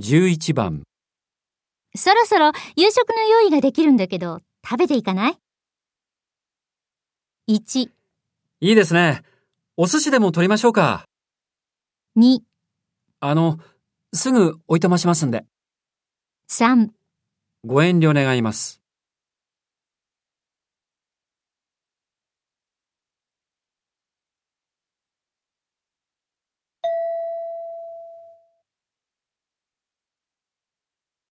11番そろそろ夕食の用意ができるんだけど、食べていかない ?1、いいですね。お寿司でも取りましょうか。 2、あの、すぐおいとましますんで。 3ご遠慮願います。